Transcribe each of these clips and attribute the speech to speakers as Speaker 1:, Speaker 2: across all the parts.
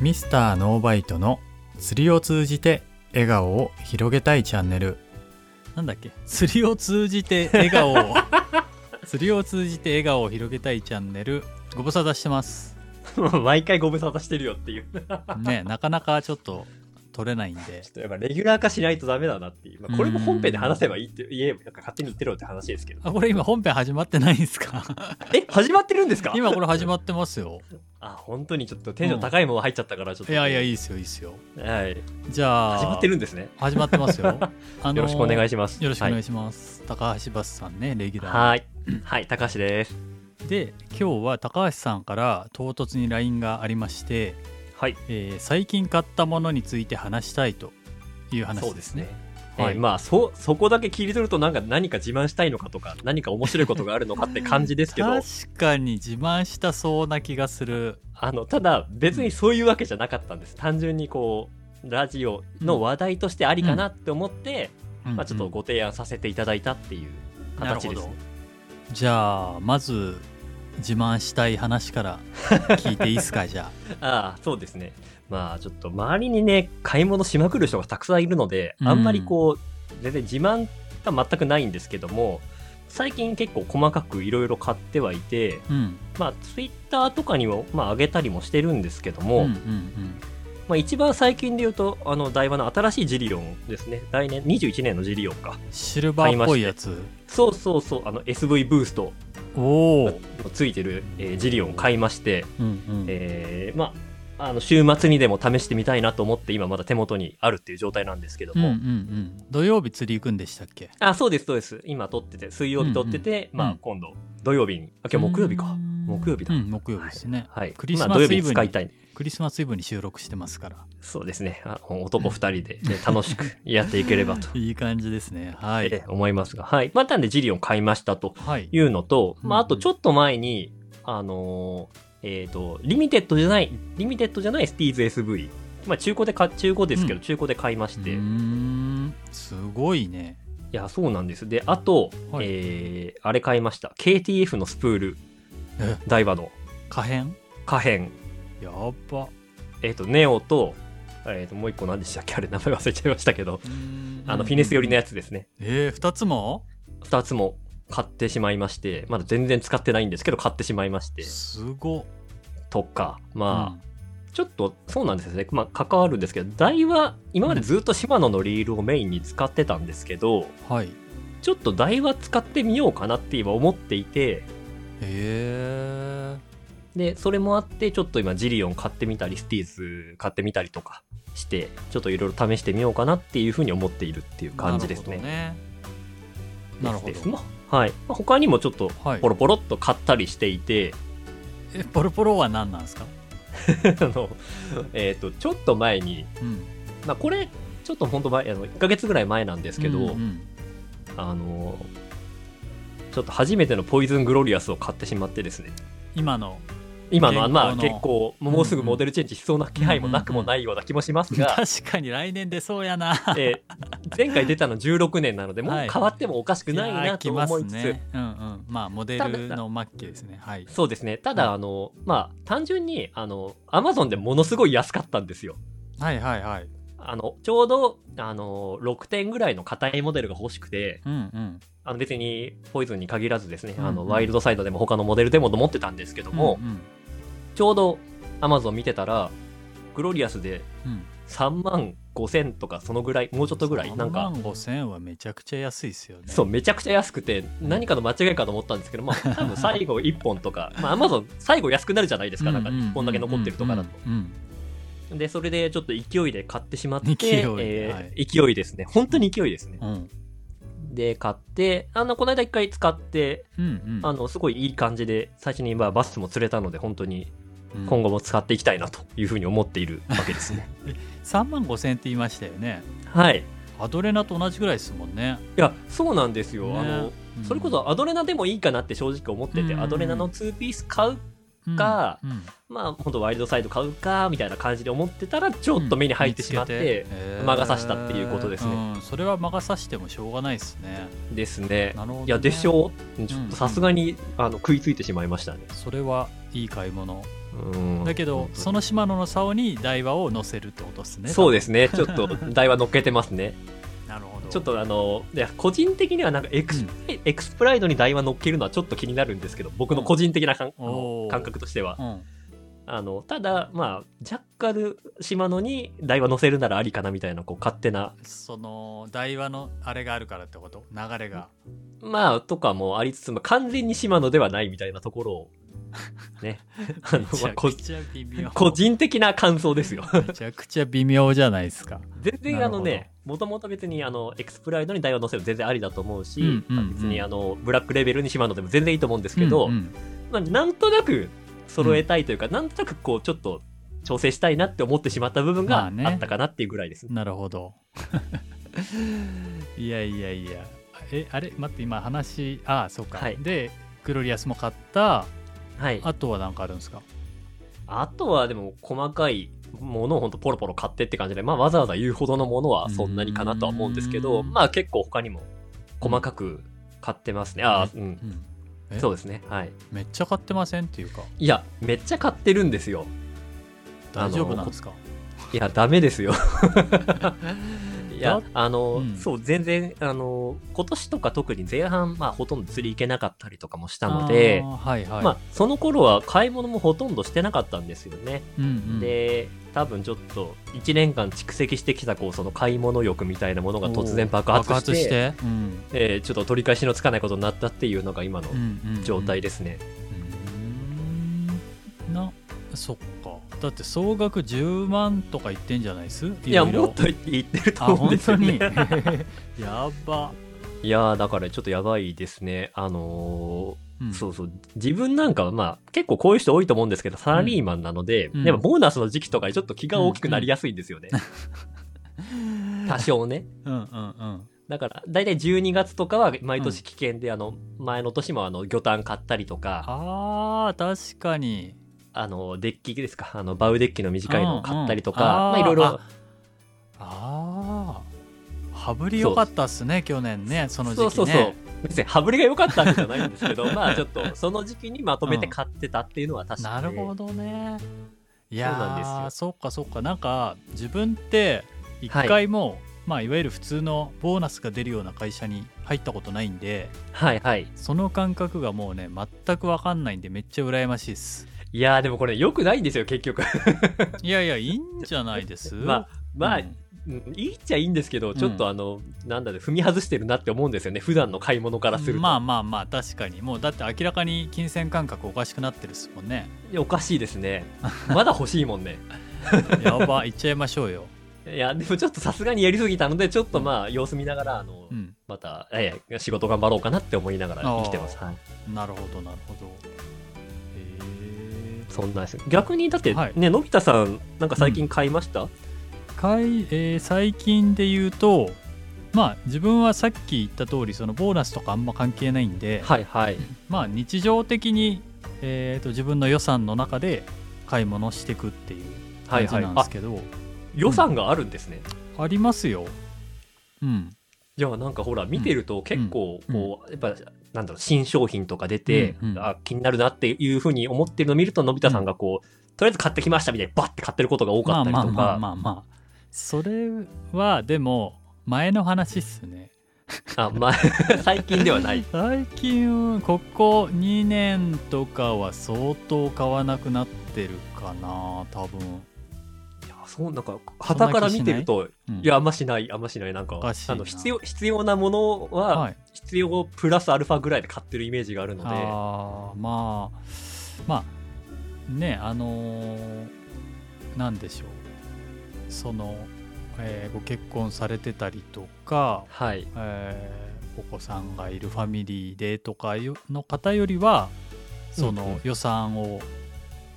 Speaker 1: ミスターノーバイトの釣りを通じて笑顔を広げたいチャンネルなんだっけ釣りを通じて笑顔 を釣りを通じて笑顔を広げたいチャンネルご無沙汰してます
Speaker 2: 毎回ご無沙汰してるよっていう。ちょ
Speaker 1: ねなかなかちょっと撮れないんで
Speaker 2: っとやっぱレギュラー化しないとダメだなっていう。まあ、これも本編で話せばいいって言えば、なんか勝手に言ってろって話ですけど。
Speaker 1: あこれ今本編始まってないんですか
Speaker 2: え、始まってるんですか
Speaker 1: 今これ始まってますよ
Speaker 2: あ、本当にちょっとテンション高いもの入っちゃったから、ちょっ
Speaker 1: い
Speaker 2: と。
Speaker 1: やいやいい
Speaker 2: い。
Speaker 1: ですよいいですよ
Speaker 2: はい。
Speaker 1: じゃあ
Speaker 2: 始まってるんですね。
Speaker 1: 始まってます よあのー
Speaker 2: よろしくお願いします。
Speaker 1: よろしくお願い
Speaker 2: し
Speaker 1: します、高橋バスさんねレギュラー
Speaker 2: はい。はい。はい、高橋です。
Speaker 1: で今日は高橋さんから唐突に LINE がありまして、
Speaker 2: はい。
Speaker 1: えー最近買ったものについて話したいという話
Speaker 2: そう
Speaker 1: で
Speaker 2: ですす
Speaker 1: ね
Speaker 2: ね。は
Speaker 1: え
Speaker 2: い、
Speaker 1: え
Speaker 2: まあそそこだけ切り取るとなんか何か自慢したいのかとか何か面白いことがあるのかって感じですけど
Speaker 1: 確かに自慢したそうな気がする
Speaker 2: あのただ別にそういうわけじゃなかったんです単純にこうラジオの話題としてありかなって思って、まあ、ちょっとご提案させていただいたっていう形です、
Speaker 1: なるじゃあまず自慢したい話から聞いていいですかじゃ
Speaker 2: ああそうですねまあちょっと周りにね買い物しまくる人がたくさんいるので
Speaker 1: うん
Speaker 2: あんまりこう全然自慢が全くないんですけども最近結構細かくいろいろ買ってはいて
Speaker 1: あうん
Speaker 2: まあツイッターとかにもまあ上げたりもしてるんですけど
Speaker 1: う
Speaker 2: も、
Speaker 1: んうんうん
Speaker 2: まあ、一番最近で言うとあの台場の新しいジリオンですね来年21年のジリオンか
Speaker 1: シルバーっぽいやつ
Speaker 2: そうそうそうあの SV ブースト
Speaker 1: おお、
Speaker 2: のついてる、えージリオン買いまして
Speaker 1: うんうん
Speaker 2: えーまあ、あの週末にでも試してみたいなと思って今まだ手元にあるっていう状態なんですけど
Speaker 1: うんうん
Speaker 2: も、
Speaker 1: うん土曜日釣り行くんでしたっけ
Speaker 2: あそうですそうです今撮ってて水曜日撮ってて、
Speaker 1: うんうん
Speaker 2: ま
Speaker 1: うん
Speaker 2: あ、今度土曜日にあ今日木曜日か、木曜日だ
Speaker 1: うん木曜日ですね、
Speaker 2: はい、
Speaker 1: クリスマス
Speaker 2: まあ土曜日
Speaker 1: イブに
Speaker 2: 使いたい
Speaker 1: クリスマスイブに収録してますから
Speaker 2: そうですねあ男2人で、ね楽しくやっていければと
Speaker 1: いい感じですねは
Speaker 2: え
Speaker 1: い、
Speaker 2: ー思いますが、はいまあ、なんでジリオン買いましたと
Speaker 1: はい
Speaker 2: いうのと、まあ、
Speaker 1: うんう
Speaker 2: あ
Speaker 1: ん
Speaker 2: とちょっと前に、あのーえっ、と、リミテッドじゃない、リミテッドじゃないスティーズ SV。まあ、中古で買、中古ですけど、
Speaker 1: うん
Speaker 2: 中古で買いまし
Speaker 1: う
Speaker 2: て。
Speaker 1: ー
Speaker 2: い
Speaker 1: んすごいね
Speaker 2: や、そうなんです。で、あと、
Speaker 1: はい
Speaker 2: えーあれ買いました。KTF のスプール
Speaker 1: え。
Speaker 2: 台場の
Speaker 1: 可変
Speaker 2: 可変。
Speaker 1: やば
Speaker 2: えっ、と、ネオと、えっ、と、もう一個何でしたっけあれ、名前忘れちゃいましたけど、あの、フィネス寄りのや
Speaker 1: つ
Speaker 2: つですね。
Speaker 1: えー、2つも
Speaker 2: 二つも買ってしまいまして、まだ全然使ってないんですけど、買ってしまいまして、
Speaker 1: すごっ
Speaker 2: とか、まあ、ちょっとそうなんですよね、まあ、関わるんですけど台は今までずっとシマノのリールをメインに使ってたんですけど
Speaker 1: うんはいへ
Speaker 2: ちょっと台は使ってみようかなって今思っていて
Speaker 1: え
Speaker 2: でそれもあってちょっと今ジリオン買ってみたりスティーズ買ってみたりとかしてちょっといろいろ試してみようかなっていうふうに思っているっていう感じですね。
Speaker 1: なるほ
Speaker 2: ですです
Speaker 1: ど
Speaker 2: まあはい、まあ他にもちょっと
Speaker 1: はい
Speaker 2: ポロポロっと買ったりしていて、
Speaker 1: えポロポロは何なんですか、
Speaker 2: あのえーとちょっと前に、
Speaker 1: うん、
Speaker 2: まあ、これちょっと本当前あの1ヶ月ぐらい前なんですけど、
Speaker 1: うんうん
Speaker 2: あのちょっと初めてのポイズングロリアスを買ってしまってですね
Speaker 1: 今の
Speaker 2: 今のは
Speaker 1: 現行
Speaker 2: ま
Speaker 1: の
Speaker 2: あ結構もうすぐモデルチェンジしそうな気配もなくもないような気もしますが、
Speaker 1: 確かに来年出そうやな
Speaker 2: えー前回出たの16年なのでもう
Speaker 1: はい
Speaker 2: 変わってもおかしくない
Speaker 1: やー
Speaker 2: なと
Speaker 1: 来ま
Speaker 2: 思
Speaker 1: す
Speaker 2: いつつ、
Speaker 1: ねうんうんまあモデルの末期ですねはい
Speaker 2: そうですねた
Speaker 1: う
Speaker 2: だ
Speaker 1: ん
Speaker 2: あの、まあ単純にあのアマゾンでものすごい安かったんですよ
Speaker 1: はいはいはい
Speaker 2: あのちょうどあの6点ぐらいの硬いモデルが欲しくて
Speaker 1: うんうん
Speaker 2: あの別にポイズンに限らずですね、あ
Speaker 1: う
Speaker 2: の
Speaker 1: んうん
Speaker 2: ワイルドサイドでも他のモデルでもと思ってたんですけども、
Speaker 1: うん
Speaker 2: ちょうど Amazon 見てたら、グロリアスで
Speaker 1: うんうん
Speaker 2: 3万5000とかそのぐらい、もうちょっとぐらい、なん
Speaker 1: 3
Speaker 2: か、
Speaker 1: 万5000はめちゃくちゃ安いですよね
Speaker 2: そう、めちゃくちゃ安くて、何かの間違いかと思ったんですけど、ま あ、多分最後1本とか、まあ、Amazon 最後安くなるじゃないですか、なんか、こんだけ残ってるとかだと。
Speaker 1: うんうん
Speaker 2: で、それでちょっと勢いで買ってしまって、
Speaker 1: 勢いで
Speaker 2: えー勢いですね。本当に勢いですね。
Speaker 1: うんうん
Speaker 2: で、買って、あの、この間一回使って、
Speaker 1: うんうん
Speaker 2: あの、すごいいい感じで、最初にまあバスも釣れたので、本当に
Speaker 1: うん
Speaker 2: 今後も使っていきたいなというふうに思っているわ けですね。
Speaker 1: 3万5000って言いましたよね
Speaker 2: はい。
Speaker 1: アドレナと同じぐらいですもんね
Speaker 2: いやそうなんですよ、あの
Speaker 1: ねうん
Speaker 2: それこそアドレナでもいいかなって正直思ってて、
Speaker 1: うん
Speaker 2: アドレナの2ピース買うが
Speaker 1: うんうん
Speaker 2: まあ本当ワイルドサイド買うかみたいな感じで思ってたらちょっと目に入ってしまって
Speaker 1: 見つけて
Speaker 2: 魔が差したっていうことですね
Speaker 1: えーうんそれは魔が差してもしょうがないですね
Speaker 2: ですね
Speaker 1: なるほどね
Speaker 2: いやでしょうちょっとさすがに、あの食いついてしまいましたね
Speaker 1: それはいい買い物
Speaker 2: うん
Speaker 1: だけど、その島野の竿に台場を乗せるってことですね
Speaker 2: そうですねちょっと台は乗っけてま すね
Speaker 1: なるほど
Speaker 2: ちょっとあのいや個人的にはなんかエクスプライ、エクスプライドに台は乗っけるのはちょっと気になるんですけど僕の個人的な感,あ
Speaker 1: うん
Speaker 2: の、
Speaker 1: おー
Speaker 2: 感覚としては
Speaker 1: うん
Speaker 2: あのただまあジャッカル島野に台は乗せるならありかなみたいなこう勝手な
Speaker 1: その台話のあれがあるからってこと流れが
Speaker 2: まあとかもありつつも完全に島野ではないみたいなところを ねあの
Speaker 1: めち
Speaker 2: まあ
Speaker 1: ゃ
Speaker 2: こ
Speaker 1: くちゃ微妙
Speaker 2: 個人的な感想ですよ
Speaker 1: めちゃくちゃ微妙じゃないですか
Speaker 2: 全然
Speaker 1: な
Speaker 2: あ
Speaker 1: るほど
Speaker 2: のねもともと別にあのエクスプライドに台を乗せるの全然ありだと思うし、
Speaker 1: うんうんうん
Speaker 2: 別にあのブラックレベルに島野でも全然いいと思うんですけど、
Speaker 1: うんうん
Speaker 2: まあ、なんとなく揃えたいというか、なんとなくこうちょっと調整したいなって思ってしまった部分
Speaker 1: ま
Speaker 2: が
Speaker 1: あね
Speaker 2: あったかなっていうぐらいですね。
Speaker 1: なるほどいやいやいやえあれ待って今話ああそうか、
Speaker 2: はい
Speaker 1: でグロリアスも買った
Speaker 2: はい、あ
Speaker 1: あとは何かあるんですか
Speaker 2: とはでも細かいものをほんとポロポロ買ってって感じで、まあ、わざわざ言うほどのものはそんなにかなとは思うんですけ
Speaker 1: う
Speaker 2: ど
Speaker 1: ーん
Speaker 2: まあ結構他にも細かく買ってますね。ああうん
Speaker 1: うんえ
Speaker 2: そうですねはい
Speaker 1: めっちゃ買ってませんっていうか
Speaker 2: いやめっちゃ買ってるんですよあの
Speaker 1: 大丈夫なんですか
Speaker 2: いや、ダメですよ。 いや
Speaker 1: だ、
Speaker 2: あの、
Speaker 1: うん
Speaker 2: そう、全然、あの、今年とか特に前半、まあ、ほとんど釣り行けなかったりとかもしたので
Speaker 1: あ、ーはいはい、
Speaker 2: まあ、その頃は買い物もほとんどしてなかったんですよね。
Speaker 1: うんうん、
Speaker 2: で、多分ちょっと、1年間蓄積してきた、こう、その買い物欲みたいなものが突然爆発して、
Speaker 1: 爆して、うん
Speaker 2: えーちょっと取り返しのつかないことになったっていうのが今の
Speaker 1: うんうんうん
Speaker 2: 状態ですね。
Speaker 1: うーんなそっかだって総額10万とか言ってんじゃないっすい
Speaker 2: いや、
Speaker 1: ろいろ
Speaker 2: もっと言ってると
Speaker 1: あ
Speaker 2: 思うん
Speaker 1: 本
Speaker 2: です
Speaker 1: 当
Speaker 2: よ、
Speaker 1: に
Speaker 2: ね。
Speaker 1: やば、
Speaker 2: いやー、だからちょっとやばいですね。あのー
Speaker 1: うん
Speaker 2: そうそう。自分なんかはまあ結構こういう人多いと思うんですけど、サラリーマンなので、
Speaker 1: うん
Speaker 2: やっぱボーナスの時期とかにちょっと気が大きくなりやすいんです よね。多少ね。
Speaker 1: うんうん
Speaker 2: だから、だいたい12月とかは毎年危険で、あの、前の年もあの、魚探買ったりとか、
Speaker 1: あー確かに
Speaker 2: あの、デッキですか、あの、バウデッキの短いのを買ったりと
Speaker 1: う
Speaker 2: か、
Speaker 1: んうん
Speaker 2: まあいろいろ
Speaker 1: あ、ああ羽振り良かったっすね去年ねその時期
Speaker 2: そ
Speaker 1: ね
Speaker 2: うそうそう。別に羽振りが良かったわけじゃないんですけど、まあちょっと、その時期にまとめて買ってたっていうのは確か
Speaker 1: な
Speaker 2: に。
Speaker 1: るほどねい
Speaker 2: そうなんですよ
Speaker 1: やーそっかそっかなんか自分って一
Speaker 2: はい
Speaker 1: 回も、いまあ、いわゆる普通のボーナスが出るような会社に入ったことないんで
Speaker 2: はいはい。
Speaker 1: その感覚がもうね全く分かんないんでめっちゃ羨ましいっ す
Speaker 2: いやーでもこれ良くないんですよ、結局。
Speaker 1: いやいやいいんじゃないです
Speaker 2: まあ、まあ、
Speaker 1: うん
Speaker 2: うんいいっちゃいいんですけど、
Speaker 1: ん
Speaker 2: ちょっとあの、なんだろう、踏み外してるなって思うんですよね、普段の買い物からすると。
Speaker 1: まあまあまあ確かにもうだって明らかに金銭感覚おかしくなってるっすもん ね
Speaker 2: おかしいですね。まだ欲しいもんね。
Speaker 1: やばいっちゃいましょうよ、
Speaker 2: いや、でもちょっとさすがにやりすぎたので、ちょっとまあ、様子見ながら、あの、
Speaker 1: うん、
Speaker 2: また、ええ、仕事頑張ろうかなって思いながら生きてます。はい。
Speaker 1: なるほどなるほどえ
Speaker 2: そんなです。逆に、だって、
Speaker 1: はい
Speaker 2: ね、のび太さん、なんか最近買いました、
Speaker 1: ーかいえー最近で言うとまあ自分はさっき言った通りそのボーナスとかあんま関係ないんで、
Speaker 2: はいはい。
Speaker 1: まあ日常的に、えー、と自分の予算の中で買い物していくっていう
Speaker 2: は
Speaker 1: 感
Speaker 2: い
Speaker 1: じ
Speaker 2: はい。
Speaker 1: なんで
Speaker 2: あ
Speaker 1: す、けど、
Speaker 2: 予算があるんですね。
Speaker 1: ありますようん
Speaker 2: いやなんかほら見てると結構
Speaker 1: うん
Speaker 2: こう、やっぱなんだろう新商品とか出て、
Speaker 1: うんうん
Speaker 2: あ気になるなっていうふうに思ってるのを見るとのび太さんがこう、とりあえず買ってきましたみたいにバッて買ってることが多かったりとか、
Speaker 1: まあまあまあまあまあそれはでも前の話っすね
Speaker 2: あまあ 最近ではない
Speaker 1: 最近ここ2年とかは相当買わなくなってるかな多分、
Speaker 2: いやそうなんか旗から見てると
Speaker 1: うん
Speaker 2: いやあんましないあんましないなんか
Speaker 1: おかしいな
Speaker 2: あの必要必要なものは、
Speaker 1: はい
Speaker 2: 必要プラスアルファぐらいで買ってるイメージがあるので
Speaker 1: あーまあまあねあのーなんでしょうその、えーご結婚されてたりとか、
Speaker 2: はい
Speaker 1: えーお子さんがいるファミリーでとかいうの方よりはそ
Speaker 2: うんうん
Speaker 1: の予算を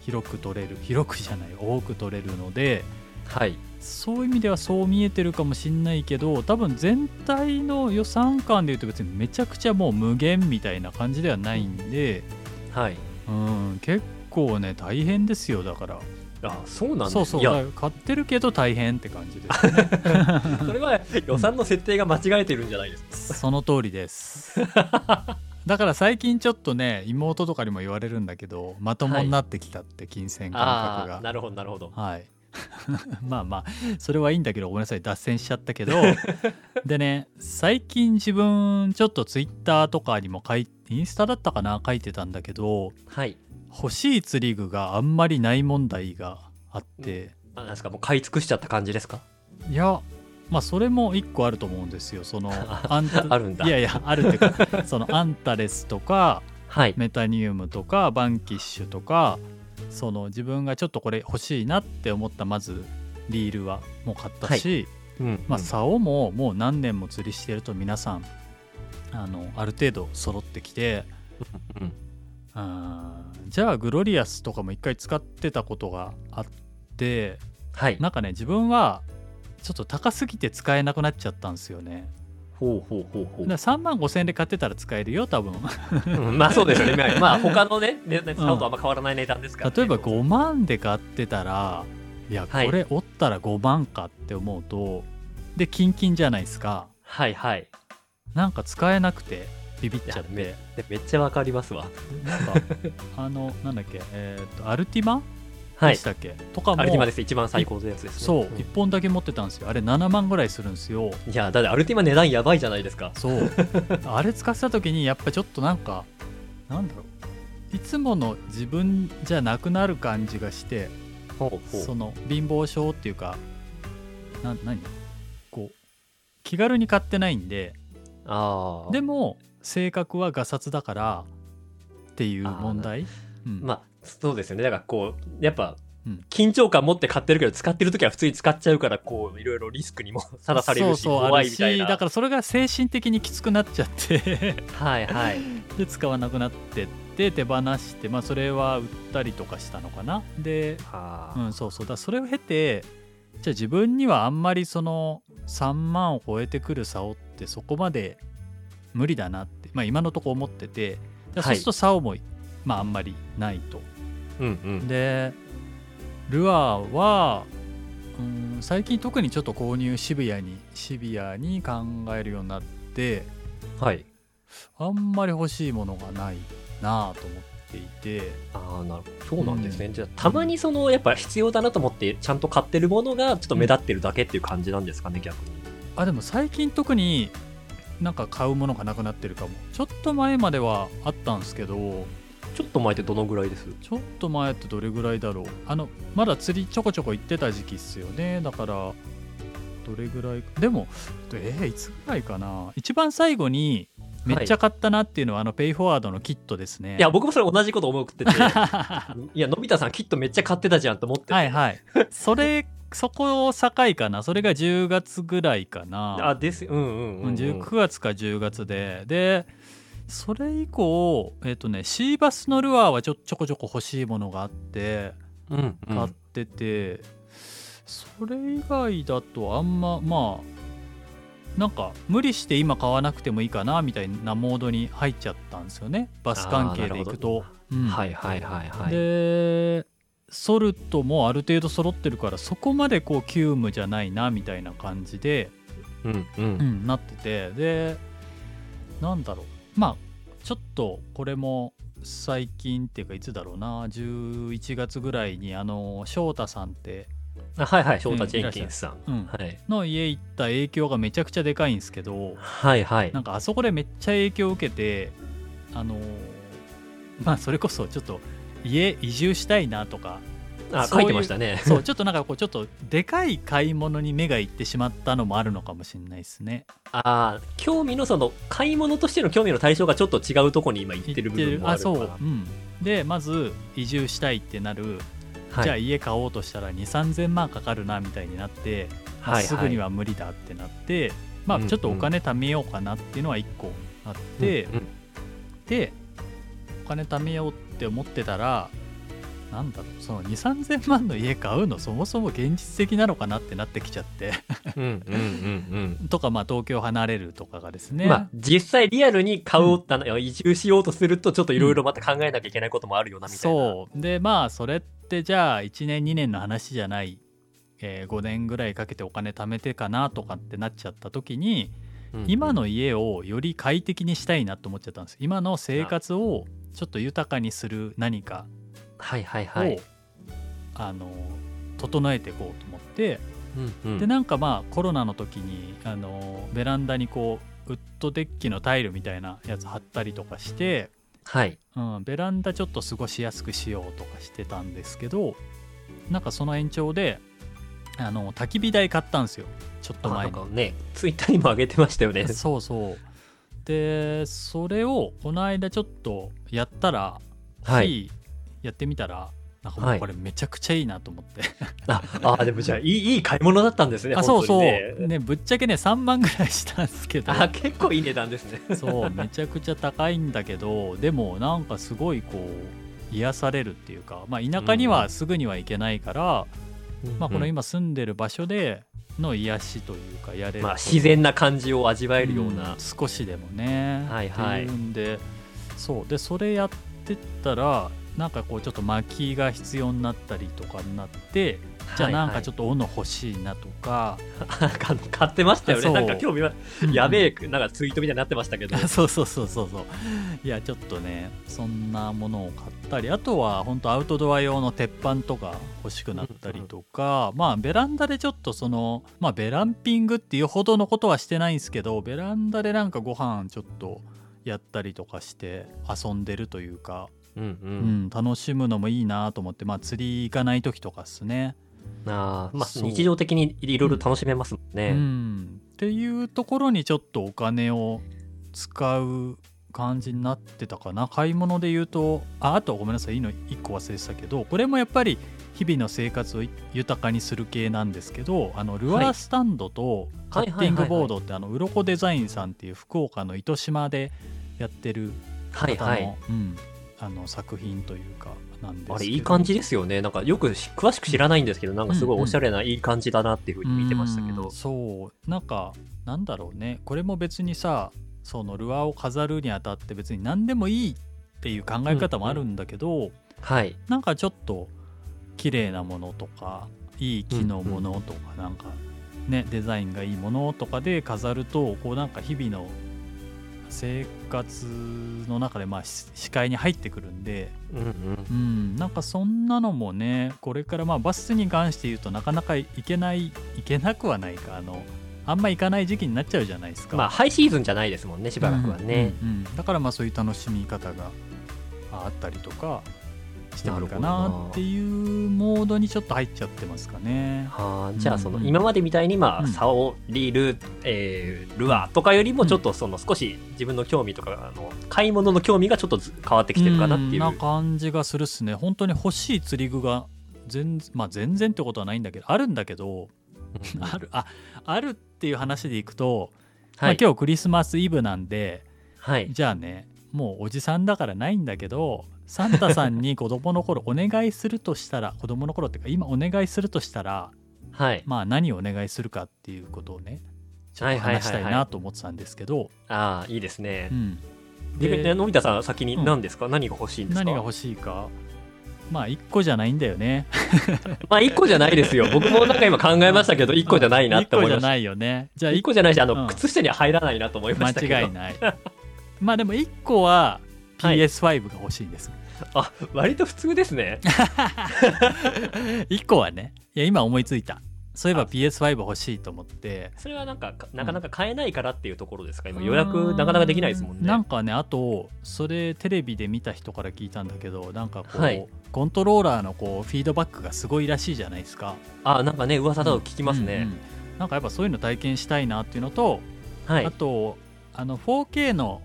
Speaker 1: 広く取れる広くじゃない多く取れるので
Speaker 2: はい
Speaker 1: そういう意味ではそう見えてるかもしんないけど多分全体の予算感でいうと別にめちゃくちゃもう無限みたいな感じではないんで
Speaker 2: はい
Speaker 1: うん結構ね大変ですよだから
Speaker 2: あそうなんだ
Speaker 1: そうそう
Speaker 2: いや
Speaker 1: だから買ってるけど大変って感じですね
Speaker 2: それは予算の設定が間違えてるんじゃないですか
Speaker 1: その通りですだから最近ちょっとね妹とかにも言われるんだけどまともになってきたって金銭 感
Speaker 2: あ
Speaker 1: 覚
Speaker 2: あ
Speaker 1: が
Speaker 2: ー、なるほどなるほど。
Speaker 1: はい まあまあそれはいいんだけどごめんなさい脱線しちゃったけどでね最近自分ちょっとツイッターとかにも書いインスタだったかな書いてたんだけど
Speaker 2: はい。
Speaker 1: 欲しい釣り具があんまりない問題があって、
Speaker 2: あなんですかもう買い尽くしちゃった感じですか？
Speaker 1: いやまあそれも一個あると思うんですよそ のアン
Speaker 2: あるんだ
Speaker 1: いやいやあるっていうか そのアンタレスとか
Speaker 2: はい。
Speaker 1: メタニウムとかバンキッシュとかその自分がちょっとこれ欲しいなって思ったまずリールはもう買ったし、
Speaker 2: うん。
Speaker 1: まあ、
Speaker 2: うん
Speaker 1: 竿ももう何年も釣りしてると皆さんあのある程度揃ってきて
Speaker 2: うん
Speaker 1: あーじゃあグロリアスとかも一回使ってたことがあって
Speaker 2: はい。
Speaker 1: なんかね自分はちょっと高すぎて使えなくなっちゃったんですよね
Speaker 2: ほうほうほうほう
Speaker 1: だから3万5千円で買ってたら使えるよ多分
Speaker 2: うんまあそうです よね。まあまあ他のね、ねね、サウとあんま変わらない値段ですから、ね。
Speaker 1: 例えば5万で買ってたらいやこ
Speaker 2: はい
Speaker 1: れ折ったら5万かって思うと、でキンキンじゃないですか
Speaker 2: はいはい。
Speaker 1: なんか使えなくてビビっちゃっ
Speaker 2: いや
Speaker 1: て
Speaker 2: でめっちゃわかりますわ。
Speaker 1: なんかあのなんだっけえーっとアルティマ
Speaker 2: は
Speaker 1: で
Speaker 2: い
Speaker 1: し。たっけ、とかも
Speaker 2: アルティマです一番最高のやつです、ね。
Speaker 1: そう、
Speaker 2: ん
Speaker 1: 1本だけ持ってたんですよあれ7万ぐらいするんですよ
Speaker 2: いやだってアルティマ値段やばいじゃないですか。
Speaker 1: そう あれ使ってた時にやっぱちょっとなんかなんだろういつもの自分じゃなくなる感じがして
Speaker 2: ほうほう
Speaker 1: その貧乏症っていうかな何こう気軽に買ってないんで
Speaker 2: ああ。
Speaker 1: でも性格はガサツだからっていう問題、うん
Speaker 2: まあそうですよねだからこうやっぱ、
Speaker 1: うん
Speaker 2: 緊張感持って買ってるけど使ってる時は普通に使っちゃうからこういろいろリスクにも さらされるし
Speaker 1: そうそう
Speaker 2: 怖
Speaker 1: あ
Speaker 2: いみたい
Speaker 1: し
Speaker 2: な
Speaker 1: だからそれが精神的にきつくなっちゃって
Speaker 2: はいはい
Speaker 1: で使わなくなってって手放してまあそれは売ったりとかしたのかなで
Speaker 2: あ
Speaker 1: う
Speaker 2: ー
Speaker 1: んそうそうだからそれを経てじゃあ自分にはあんまりその3万を超えてくる竿ってそこまで無理だなって、まあ、今のとこ思っててだからそうすると竿も、まああんまりないと
Speaker 2: うんうん
Speaker 1: でルアーはうん最近特にちょっと購入シビアにシビアに考えるようになって
Speaker 2: はい
Speaker 1: あんまり欲しいものがないなぁと思っていて
Speaker 2: ああなるほどそうなんですね、じゃあたまにそのやっぱ必要だなと思ってちゃんと買ってるものがちょっと目立ってるだけっていう感じなんですかね逆に
Speaker 1: あでも最近特になんか買うものがなくなってるかもちょっと前まではあったんですけど
Speaker 2: ちょっと巻いてどのぐらいです
Speaker 1: ちょっと前ってどれぐらいだろうあのまだ釣りちょこちょこ行ってた時期っすよねだからどれぐらいでもえーいつぐらいかな一番最後にめっちゃ買ったなっていうのは、あのペイフォワードのキットですね
Speaker 2: いや僕もそれ同じこと 思ってて
Speaker 1: はい
Speaker 2: やのび太さんきっとめっちゃ買ってたじゃんと思ってて、
Speaker 1: いはいそれそこを境かなそれが10月ぐらいか な
Speaker 2: あですうんうんうん、うん、
Speaker 1: 9月か10月ででそれ以降えっ、とねシーバスのルアーはちょちょこちょこ欲しいものがあって
Speaker 2: うんうん
Speaker 1: 買ってて、それ以外だとあんままあなんか無理して今買わなくてもいいかなみたいなモードに入っちゃったんですよねバス関係でいくと。うん
Speaker 2: はいはいはいはい
Speaker 1: でソルトもある程度揃ってるからそこまでこう急務じゃないなみたいな感じで、
Speaker 2: うんうん
Speaker 1: うん、なっててでなんだろうまあちょっとこれも最近っていうかいつだろうな11月ぐらいにあの翔太さんって
Speaker 2: あはいはい、ショ
Speaker 1: う
Speaker 2: ー
Speaker 1: ん
Speaker 2: タ・ジェンキンスさん。
Speaker 1: うん
Speaker 2: はい、
Speaker 1: の家行った影響がめちゃくちゃでかいんですけど
Speaker 2: はいはい
Speaker 1: なんかあそこでめっちゃ影響を受けてあのまあそれこそちょっと家移住したいなとか
Speaker 2: あ
Speaker 1: そう
Speaker 2: 書
Speaker 1: いう
Speaker 2: いてましたね。
Speaker 1: そうちょっとなんかこうちょっとでかい買い物に目がいってしまったのもあるのかもしれないですね。
Speaker 2: ああ、興味のその買い物としての興味の対象がちょっと違うとこに今行ってる部分もあるか
Speaker 1: そう、うん、でまず移住したいってなる、
Speaker 2: ら。
Speaker 1: じゃあ
Speaker 2: い、
Speaker 1: 家買おうとしたら2 3 0 0 0万かかるなみたいになって、まあ
Speaker 2: はい
Speaker 1: すぐには無理だってなって、まあ、ちょっとお金貯めようかなっていうのは1個あって、
Speaker 2: うんうん
Speaker 1: でお金貯めようって思ってたらなんだろうその2 3 0 0 0万の家買うのそもそも現実的なのかなってなってきちゃって。
Speaker 2: うんうんうん
Speaker 1: とか、まあ、東京離れるとかがです
Speaker 2: う
Speaker 1: ね、
Speaker 2: ん。まあ、実際リアルに買おうったな移住しようとすると、ちょっといろいろまた考えなきゃいけないこともあるよな、みたいな。
Speaker 1: そうでまあそれってじゃあ1年2年の話じゃない、え5年ぐらいかけてお金貯めてかなとかってなっちゃった時に、
Speaker 2: うん
Speaker 1: 今の家をより快適にしたいなと思っちゃったんです今の生活をちょっと豊かにする何か
Speaker 2: はいはい
Speaker 1: を、
Speaker 2: はい、
Speaker 1: あの整えていこうと思って、
Speaker 2: うんうん
Speaker 1: でなんかまあコロナの時にあのベランダにこうウッドデッキのタイルみたいなやつ貼ったりとかして、
Speaker 2: はい
Speaker 1: うん、ベランダちょっと過ごしやすくしようとかしてたんですけどなんかその延長であの焚き火台買ったんですよちょっと
Speaker 2: あな
Speaker 1: 前
Speaker 2: ん
Speaker 1: に
Speaker 2: か。ねツイッターにも上げてましたよ ね
Speaker 1: そうそうでそれをこの間ちょっとやったら、
Speaker 2: はい
Speaker 1: 火やってみたらなんかも
Speaker 2: は
Speaker 1: う
Speaker 2: い
Speaker 1: これめちゃくちゃいいなと思って、
Speaker 2: ああでもじゃあいいいい買い物だったんですね
Speaker 1: あそうそう
Speaker 2: 本当
Speaker 1: ね
Speaker 2: にね
Speaker 1: ぶっちゃけね3万ぐらいしたんですけど
Speaker 2: あ結構いい値段ですね
Speaker 1: そうめちゃくちゃ高いんだけどでもなんかすごいこう癒されるっていうか、まあ、田舎にはすぐには行けないから、まあ、この今住んでる場所での癒しというかやれる、
Speaker 2: まあ、自然な感じを味わえるような、
Speaker 1: ん少しでもね、
Speaker 2: はいはい
Speaker 1: っていうんでそうでそれやってったらなんかこうちょっと薪が必要になったりとかになってじゃあなんかちょ
Speaker 2: っ
Speaker 1: っと斧欲しいなと か、
Speaker 2: と、 買ってましたよ
Speaker 1: そう
Speaker 2: ねなんか興味は
Speaker 1: うん
Speaker 2: やべえなんかツイートみたいになってましたけど
Speaker 1: あそうそうそうそうそういやちょっとねそんなものを買ったりあとは本当アウトドア用の鉄板とか欲しくなったりとか、まあベランダでちょっとそのまあベランピングっていうほどのことはしてないんですけどベランダでなんかご飯ちょっとやったりとかして遊んでるというか、
Speaker 2: うん
Speaker 1: う
Speaker 2: う
Speaker 1: んん、楽しむのもいいなと思ってまあ釣り行かない時とかっすね。
Speaker 2: あーまあ
Speaker 1: そう
Speaker 2: 日常的にいろいろ楽しめますもんね、
Speaker 1: うん、っていうところにちょっとお金を使う感じになってたかな買い物で言うとああとごめんなさいいいの1個忘れてたけどこれもやっぱり日々の生活を豊かにする系なんですけどあのルアースタンドとカ
Speaker 2: はい
Speaker 1: ッティングボードってあの鱗デザインさんっていう福岡の糸島でやってる
Speaker 2: はい
Speaker 1: 方の,、
Speaker 2: はい
Speaker 1: うん、あの作品というかなんですけど
Speaker 2: あれいい感じですよねなんかよくし詳しく知らないんですけどなんかすごいおしゃれないい感じだなっていうふうに見てましたけど、
Speaker 1: うんそうなんかなんだろうねこれも別にさそのルアーを飾るにあたって別に何でもいいっていう考え方もあるんだけど、
Speaker 2: はい
Speaker 1: なんかちょっと綺麗なものとかいい木のものとかなんかねデザインがいいものとかで飾るとこうなんか日々の生活の中でまあし視界に入ってくるんで、
Speaker 2: うんうん
Speaker 1: うん、なんかそんなのもねこれからまあバスに関して言うとなかなか行けない行けなくはないかあのあんま行かない時期になっちゃうじゃないですか、
Speaker 2: まあハイシーズンじゃないですもんねしばらくはね、
Speaker 1: うんうんうんだからまあそういう楽しみ方がああったりとかしてもいいか
Speaker 2: な
Speaker 1: な
Speaker 2: るほどな
Speaker 1: っていうモードにちょっと入っちゃってますかね
Speaker 2: はあじゃあその
Speaker 1: うんうん
Speaker 2: 今までみたいにま
Speaker 1: う
Speaker 2: あ
Speaker 1: ん
Speaker 2: 竿リール、えールアーとかよりもちょっとその少し自分の興味とかあの買い物の興味がちょっとず変わってきてるかなっていう、
Speaker 1: んな感じがするっすね本当に欲しい釣り具が全,、まあ、全然ってことはないんだけどあるんだけど、あるああるっていう話でいくと、ま
Speaker 2: は
Speaker 1: あ、今日クリスマスイブなんで
Speaker 2: はい
Speaker 1: じゃあねもうおじさんだからないんだけどサンタさんに子供の頃お願いするとしたら子供の頃っていうか今お願いするとしたら
Speaker 2: はい
Speaker 1: まあ何をお願いするかっていうことをねちょっと話したいなと思ってたんですけど
Speaker 2: ああいいですね
Speaker 1: うん
Speaker 2: で
Speaker 1: で
Speaker 2: のび太さん先に
Speaker 1: うん
Speaker 2: 何ですか、何が欲しいんですか
Speaker 1: 何が欲しいかまあ1個じゃないんだよね
Speaker 2: まあ1個じゃないですよ僕もなんか今考えましたけど1個じゃないなって思い
Speaker 1: 1個じゃ
Speaker 2: ました
Speaker 1: ないよねじゃあ
Speaker 2: 1
Speaker 1: 1個
Speaker 2: 個じゃないしあの、
Speaker 1: うん
Speaker 2: 靴下には入らないなと思いましたけど
Speaker 1: 間違いない まあでも1個は
Speaker 2: はい
Speaker 1: PS5 が欲しいんです、
Speaker 2: あ割と普通ですね
Speaker 1: 1個はねいや今思いついたそういえば
Speaker 2: あ
Speaker 1: PS5 欲しいと思って
Speaker 2: それはなんかかなかなか買えないからっていうところですか今予約なかなかできないですも
Speaker 1: う
Speaker 2: んね
Speaker 1: なんかねあとそれテレビで見た人から聞いたんだけどなんかこう、
Speaker 2: はい
Speaker 1: コントローラーのこうフィードバックがすごいらしいじゃないですか。
Speaker 2: あなんかね噂だと聞きますね、
Speaker 1: うんうんなんかやっぱそういうの体験したいなっていうのと、
Speaker 2: はい
Speaker 1: あとあの 4K の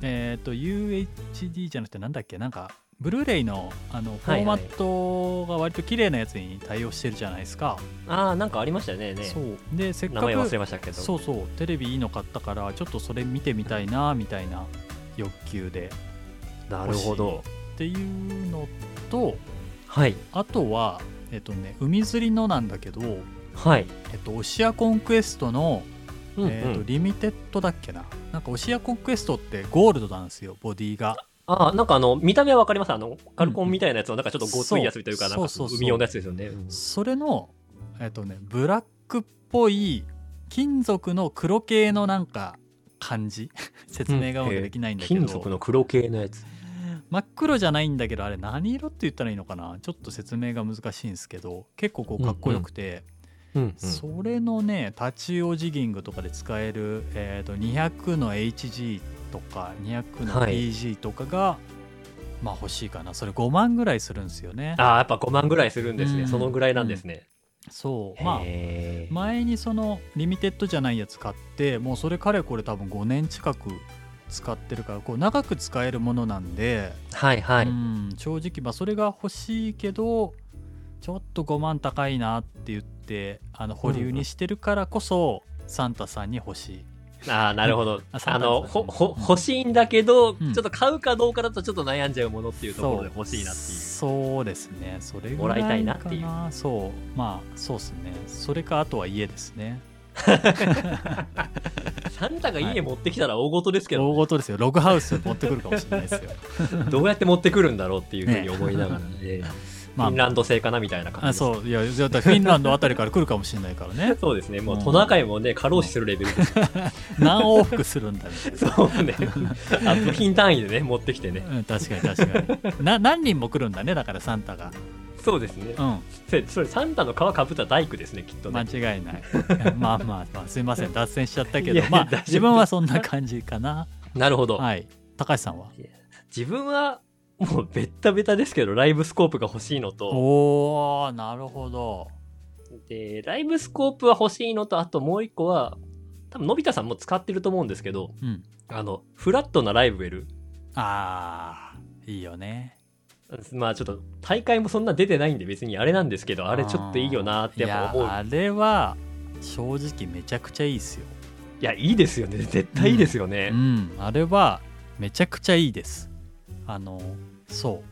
Speaker 1: えっ、と UHD じゃなくてなんだっけなんかブルーレイのあのフ
Speaker 2: は
Speaker 1: ォー
Speaker 2: い
Speaker 1: マ
Speaker 2: はい
Speaker 1: ットが割と綺麗なやつに対応してるじゃないですか。
Speaker 2: ああなんかありましたよねね
Speaker 1: そうでせっ
Speaker 2: 名
Speaker 1: か
Speaker 2: 前忘れ
Speaker 1: く
Speaker 2: ましたけど
Speaker 1: そうそうテレビいいの買ったからちょっとそれ見てみたいなみたいな欲求で
Speaker 2: なるほど
Speaker 1: っていうのと
Speaker 2: はい
Speaker 1: あとはえっとね海釣りのなんだけど、え
Speaker 2: はい、
Speaker 1: っと、オシアコンクエストの、
Speaker 2: うんうん
Speaker 1: えっと、リミテッドだっけななんかオシアコンクエストってゴールドなんですよボディが
Speaker 2: ああなんかあの見た目はわかりますあのカルコンみたいなやつのなんかちょっとごついやつというか
Speaker 1: そ
Speaker 2: な
Speaker 1: うん
Speaker 2: か
Speaker 1: そうそうそう
Speaker 2: 海用のやつですよね、うん
Speaker 1: それのえっとねブラックっぽい金属の黒系のなんか感じ 説明がうまくできないんだけど、
Speaker 2: 金属の黒系のやつ
Speaker 1: 真っ黒じゃないんだけどあれ何色って言ったらいいのかなちょっと説明が難しいんですけど結構こうかっこよくて、
Speaker 2: うんうん
Speaker 1: それのね立ちオジギングとかで使える、えー、と200の HG とか200の
Speaker 2: はい
Speaker 1: EG とかが、まあ欲しいかなそれ5万ぐらいするんですよね
Speaker 2: ああやっぱ5万ぐらいするんですね、
Speaker 1: うん
Speaker 2: そのぐらいなんですね、
Speaker 1: そうまあ
Speaker 2: へー
Speaker 1: 前にそのリミテッドじゃないやつ買ってもうそれかれこれ多分5年近く使ってるからこう長く使えるものなんで、
Speaker 2: はいはい、
Speaker 1: うん正直まあそれが欲しいけどちょっと5万高いなって言ってあの保留にしてるからこそ、サンタさんに欲しい
Speaker 2: ああなるほど
Speaker 1: あそう
Speaker 2: あ
Speaker 1: なんだ
Speaker 2: のほほ欲しいんだけど、
Speaker 1: ん
Speaker 2: ちょっと買うかどうかだとちょっと悩んじゃうものっていうところで欲しいなっていう
Speaker 1: そうですねそれぐらい
Speaker 2: もらいたいなっていう
Speaker 1: かなそうまあそうですねそれかあとは家ですね
Speaker 2: サンタが家持ってきたら大事ですけど、
Speaker 1: 大事ですよログハウス持ってくるかもしれないで すよ
Speaker 2: どうやって持ってくるんだろうっていうふうに思いながらね、
Speaker 1: まあ
Speaker 2: フィンランド製かなみたいな感じ
Speaker 1: あ
Speaker 2: です
Speaker 1: そういやだってフィンランドあたりから来るかもしれないから ね
Speaker 2: そうですねもうトナカイもね過労死するレベル です、
Speaker 1: 何往復するんだみたい
Speaker 2: そう ねあ部品単位でね持ってきてね
Speaker 1: な、うん、確かに確かにな何人も来るんだねだからサンタが
Speaker 2: そうですね
Speaker 1: う
Speaker 2: せそれサンタの皮かぶった大工ですねきっと
Speaker 1: ん
Speaker 2: ね、
Speaker 1: 間違いない まあまあ、まあ、すいません脱線しちゃったけ
Speaker 2: いや
Speaker 1: ど
Speaker 2: いや
Speaker 1: ま
Speaker 2: 大丈
Speaker 1: あ
Speaker 2: 夫
Speaker 1: 自分はそんな感じかな
Speaker 2: なるほど、
Speaker 1: はい高橋さんは
Speaker 2: 自分はもうベッタベタですけどライブスコープが欲しいのと
Speaker 1: おーなるほど
Speaker 2: でライブスコープは欲しいのとあともう一個は多分のび太さんも使ってると思うんですけど
Speaker 1: うん
Speaker 2: あのフラットなライブウェル
Speaker 1: あーいいよね
Speaker 2: まあちょっと大会もそんな出てないんで別にあれなんですけどあれちょっといいよなってやっぱ思う
Speaker 1: いやあれは正直めちゃくちゃいいっすよ
Speaker 2: いやいいですよね絶対いいですよね、
Speaker 1: うん、あれはめちゃくちゃいいです。あの、そ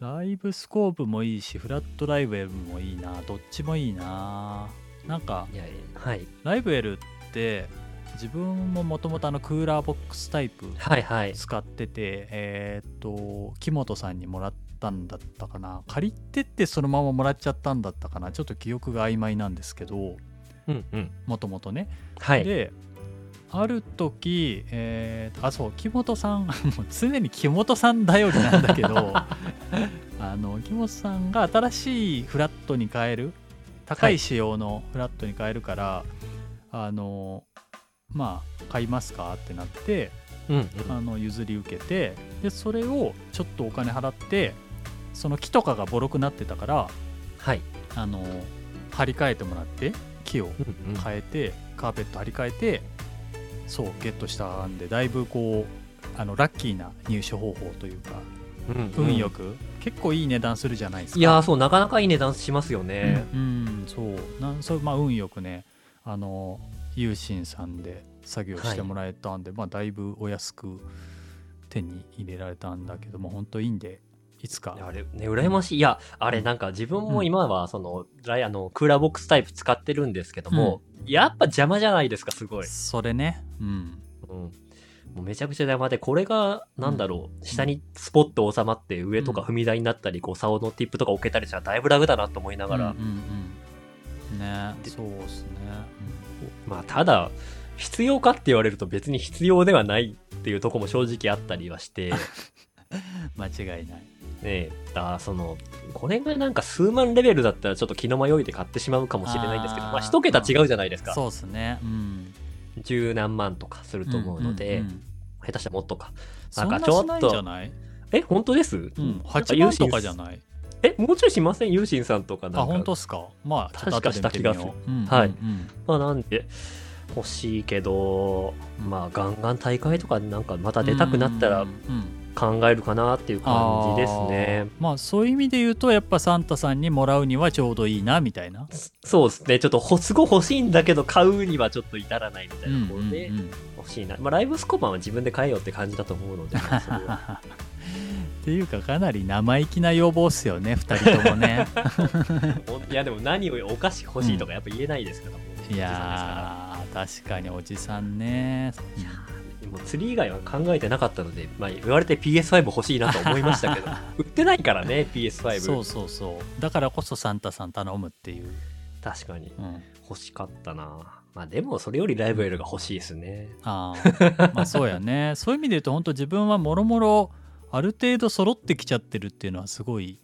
Speaker 1: う。ライブスコープもいいし、フラットライブエルもいいな、どっちもいいな。なんか、
Speaker 2: いやはい、
Speaker 1: ライブエルって、自分ももともとあのクーラーボックスタイプ
Speaker 2: はいはい
Speaker 1: 使ってて、えーっと、木本さんにもらったんだったかな。借りてってそのままもらっちゃったんだったかな。ちょっと記憶が曖昧なんですけど、
Speaker 2: うんうん
Speaker 1: もともとね。
Speaker 2: はい
Speaker 1: である時、えーとあそう木本さん もう常に木本さん頼りなんだけ どあの木本さんが新しいフラットに変える高い仕様のフラットに変えるから、あのまあ買いますかってなって
Speaker 2: うんうん
Speaker 1: あの譲り受けてでそれをちょっとお金払ってその木とかがボロくなってたから
Speaker 2: はい
Speaker 1: あの張り替えてもらって木を。
Speaker 2: うんうん
Speaker 1: 変えてカーペット張り替えてそうゲットしたんでだいぶこうあのラッキーな入手方法というか
Speaker 2: うんうん
Speaker 1: 運よく、結構いい値段するじゃないですか
Speaker 2: いやーそうなかなかいい値段しますよね、
Speaker 1: うん、そうなんそうまあ運よくねあの有心さんで作業してもらえたんで、まあだいぶお安く手に入れられたんだけども本当いいんでいつか
Speaker 2: いやあれね羨ましいいやあれなんか自分も今はその,、ライあのクーラーボックスタイプ使ってるんですけども、やっぱ邪魔じゃないですかすごい、
Speaker 1: それねうん
Speaker 2: うん、もうめちゃくちゃ邪魔でこれがなんだろう、下にスポッと収まって上とか踏み台になったりこう竿のティップとか置けたりしたらだいぶ楽だなと思いながら、
Speaker 1: うんうんうんね
Speaker 2: で
Speaker 1: そうですね、
Speaker 2: まあただ必要かって言われると別に必要ではないっていうとこも正直あったりは して、ね
Speaker 1: うん間違いない
Speaker 2: え、あーそのこれがなんか数万レベルだったらちょっと気の迷いで買ってしまうかもしれないんですけど
Speaker 1: あー
Speaker 2: まあ一桁違うじゃないですか
Speaker 1: そうですねうん
Speaker 2: 十何万とかすると思うので、
Speaker 1: んんうん
Speaker 2: 下手したらもっとか
Speaker 1: そん
Speaker 2: な
Speaker 1: なん
Speaker 2: かちょっと
Speaker 1: しないんじゃない
Speaker 2: え本当です、
Speaker 1: うん、
Speaker 2: なんか
Speaker 1: 8
Speaker 2: ユー
Speaker 1: 万
Speaker 2: シン
Speaker 1: とかじゃない
Speaker 2: えもうちょいしませんユーシンさんとかなんか
Speaker 1: あ本当っすかまあちょっと後で見てみ
Speaker 2: 確か
Speaker 1: よ
Speaker 2: し
Speaker 1: う、うん、
Speaker 2: はい
Speaker 1: うん
Speaker 2: まあなんで欲しいけどまあガンガン大会とかなんかまた出たくなったら
Speaker 1: うんうん
Speaker 2: 考えるかなっていう感じですね、
Speaker 1: あーまあそういう意味で言うとやっぱサンタさんにもらうにはちょうどいいなみたいな
Speaker 2: そうですね、ちょっとほすごい欲しいんだけど、買うにはちょっと至らないみたいなところで
Speaker 1: うんうんうん
Speaker 2: 欲しいな、まあ、ライブスコーパンは自分で買えよって感じだと思う ので、それは
Speaker 1: っていうかかなり生意気な要望っすよね2人とも ね
Speaker 2: いや、でも何をお菓子欲しいとかやっぱ言えないですから、もうおじ
Speaker 1: い
Speaker 2: さんですか
Speaker 1: やー確かにおじさんね
Speaker 2: ら、もう釣り以外は考えてなかったので、まあ、言われて PS5 欲しいなと思いま したけど、売ってないからね、PS5、
Speaker 1: そうそうそうだからこそサンタさん頼むっていう、
Speaker 2: 確かに
Speaker 1: うん
Speaker 2: 欲しかったな。まあでもそれよりライブエルが欲しいですね。
Speaker 1: あーまあそうやねそういう意味で言うと本当自分はもろもろある程度揃ってきちゃってるっていうのはすごい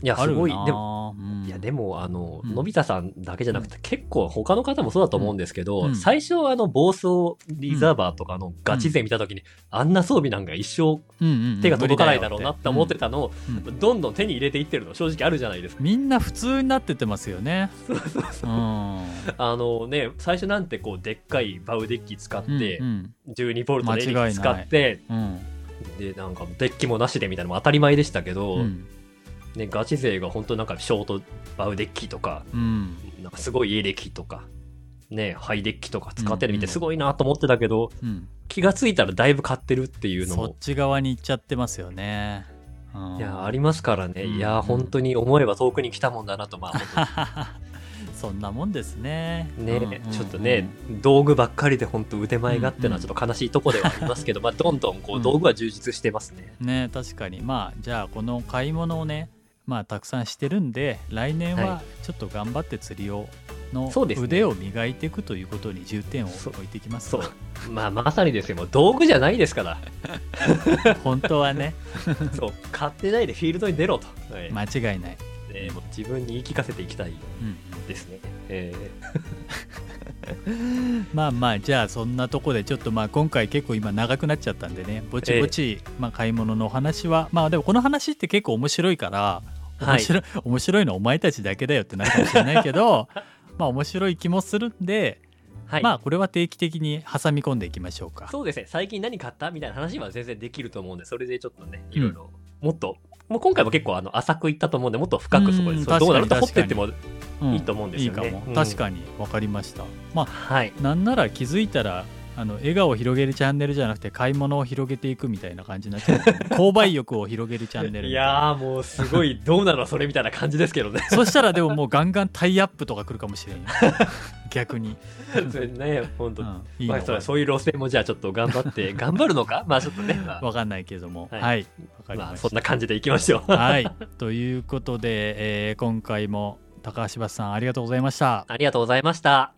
Speaker 2: いや、
Speaker 1: あ
Speaker 2: す
Speaker 1: るな
Speaker 2: ごい。でも、
Speaker 1: うん
Speaker 2: いやでもあの、
Speaker 1: うん
Speaker 2: のび太さんだけじゃなくて、結構他の方もそうだと思うんですけど、
Speaker 1: うん
Speaker 2: 最初はあの暴走リザーバーとかのガチ勢見た時に、あんな装備なんか一生
Speaker 1: うんうんうん
Speaker 2: 手が届かないだろうなって思ってたのを、
Speaker 1: うんうん
Speaker 2: どんどん手に入れていってるの正直あるじゃないですか。
Speaker 1: みんな普通になってってますよねうん
Speaker 2: あのね、最初なんてこうでっかいバウデッキ使って、
Speaker 1: うん
Speaker 2: 12ボルトのエレキ
Speaker 1: 間違いない
Speaker 2: 使って
Speaker 1: うん
Speaker 2: でなんかデッキもなしでみたいなのも当たり前でしたけど、
Speaker 1: うん
Speaker 2: ね、ガチ勢が本当なんかショートバウデッキとか
Speaker 1: うん
Speaker 2: なんかすごいエレキとか、ね、ハイデッキとか使ってるみ
Speaker 1: うんうん
Speaker 2: てすごいなと思ってたけど、
Speaker 1: うん
Speaker 2: 気がついたらだいぶ買ってるっていうの
Speaker 1: そっ
Speaker 2: も。
Speaker 1: ち側に行っちゃってますよねうん
Speaker 2: いやありますからね、
Speaker 1: うん
Speaker 2: いや本当に思えば遠くに来たもんだなと、まあ、本
Speaker 1: そんなもんですね
Speaker 2: 当にね、
Speaker 1: うんうんうん
Speaker 2: ちょっとね、道具ばっかりで本当腕前がってのはちょっと悲しいとこではありますけど、まあ、どんどんこ
Speaker 1: うん
Speaker 2: う道具は充実してますね。
Speaker 1: ね確かにまあじゃあこの買い物をねまあたくさんしてるんで来年は
Speaker 2: は
Speaker 1: ちょっと頑張って釣りをの
Speaker 2: そうですね
Speaker 1: 腕を磨いていくということに重点を
Speaker 2: そ
Speaker 1: 置いていきます
Speaker 2: そ
Speaker 1: か
Speaker 2: う、まあ、まさにですよ、もう道具じゃないですから、
Speaker 1: 本当はね
Speaker 2: そう買ってないでフィールドに出ろと、はい
Speaker 1: 間違いない、
Speaker 2: えーもう自分に言い聞かせていきたい
Speaker 1: うん
Speaker 2: ですね。え
Speaker 1: まあまあじゃあそんなとこでちょっとまあ今回結構今長くなっちゃったんでねぼちぼち、まあ、買い物のお話はまあでもこの話って結構面白いから
Speaker 2: ーは
Speaker 1: 面
Speaker 2: い、
Speaker 1: 白い,、面白いのはお前たちだけだよってなるかもしれないけ どまあ面白い気もするんで、
Speaker 2: はい
Speaker 1: まあこれは定期的に挟み込んでいきましょうか。
Speaker 2: そうですね、最近何買ったみたいな話は全然できると思うんで、それでちょっとね、いろいろ、もっと、もう今回も結構あの浅くいったと思うんで、もっと深くそこ
Speaker 1: う
Speaker 2: で、
Speaker 1: ん
Speaker 2: そうどうなると掘っ
Speaker 1: 確か
Speaker 2: て
Speaker 1: に
Speaker 2: っても、
Speaker 1: うん
Speaker 2: いいと思うんですよね
Speaker 1: いいかも、
Speaker 2: うん
Speaker 1: 確かに分かりました。ま
Speaker 2: はい、
Speaker 1: あなんなら気づいたらあの笑顔を広げるチャンネルじゃなくて買い物を広げていくみたいな感じになっちゃ う購買欲を広げるチャンネル
Speaker 2: い
Speaker 1: みたいな
Speaker 2: やー、もうすごい、どうなのそれみたいな感じですけどね、
Speaker 1: そしたらでももうガンガンタイアップとか来るかもしれんよ逆に、
Speaker 2: それね、本
Speaker 1: う
Speaker 2: 当、
Speaker 1: ん、いい
Speaker 2: ま
Speaker 1: の
Speaker 2: あ、そ
Speaker 1: か
Speaker 2: うそういう路線もじゃあちょっと頑張って、頑張るのか、まあちょっとね、 まあ
Speaker 1: 分かんないけどもは、
Speaker 2: はいい
Speaker 1: はい、分かり
Speaker 2: ま
Speaker 1: ま
Speaker 2: あ、
Speaker 1: し
Speaker 2: そ
Speaker 1: た
Speaker 2: んな感じでいきましょう。
Speaker 1: はい、ということで、えー今回も高橋橋さんありがとうございました。
Speaker 2: ありがとうございました。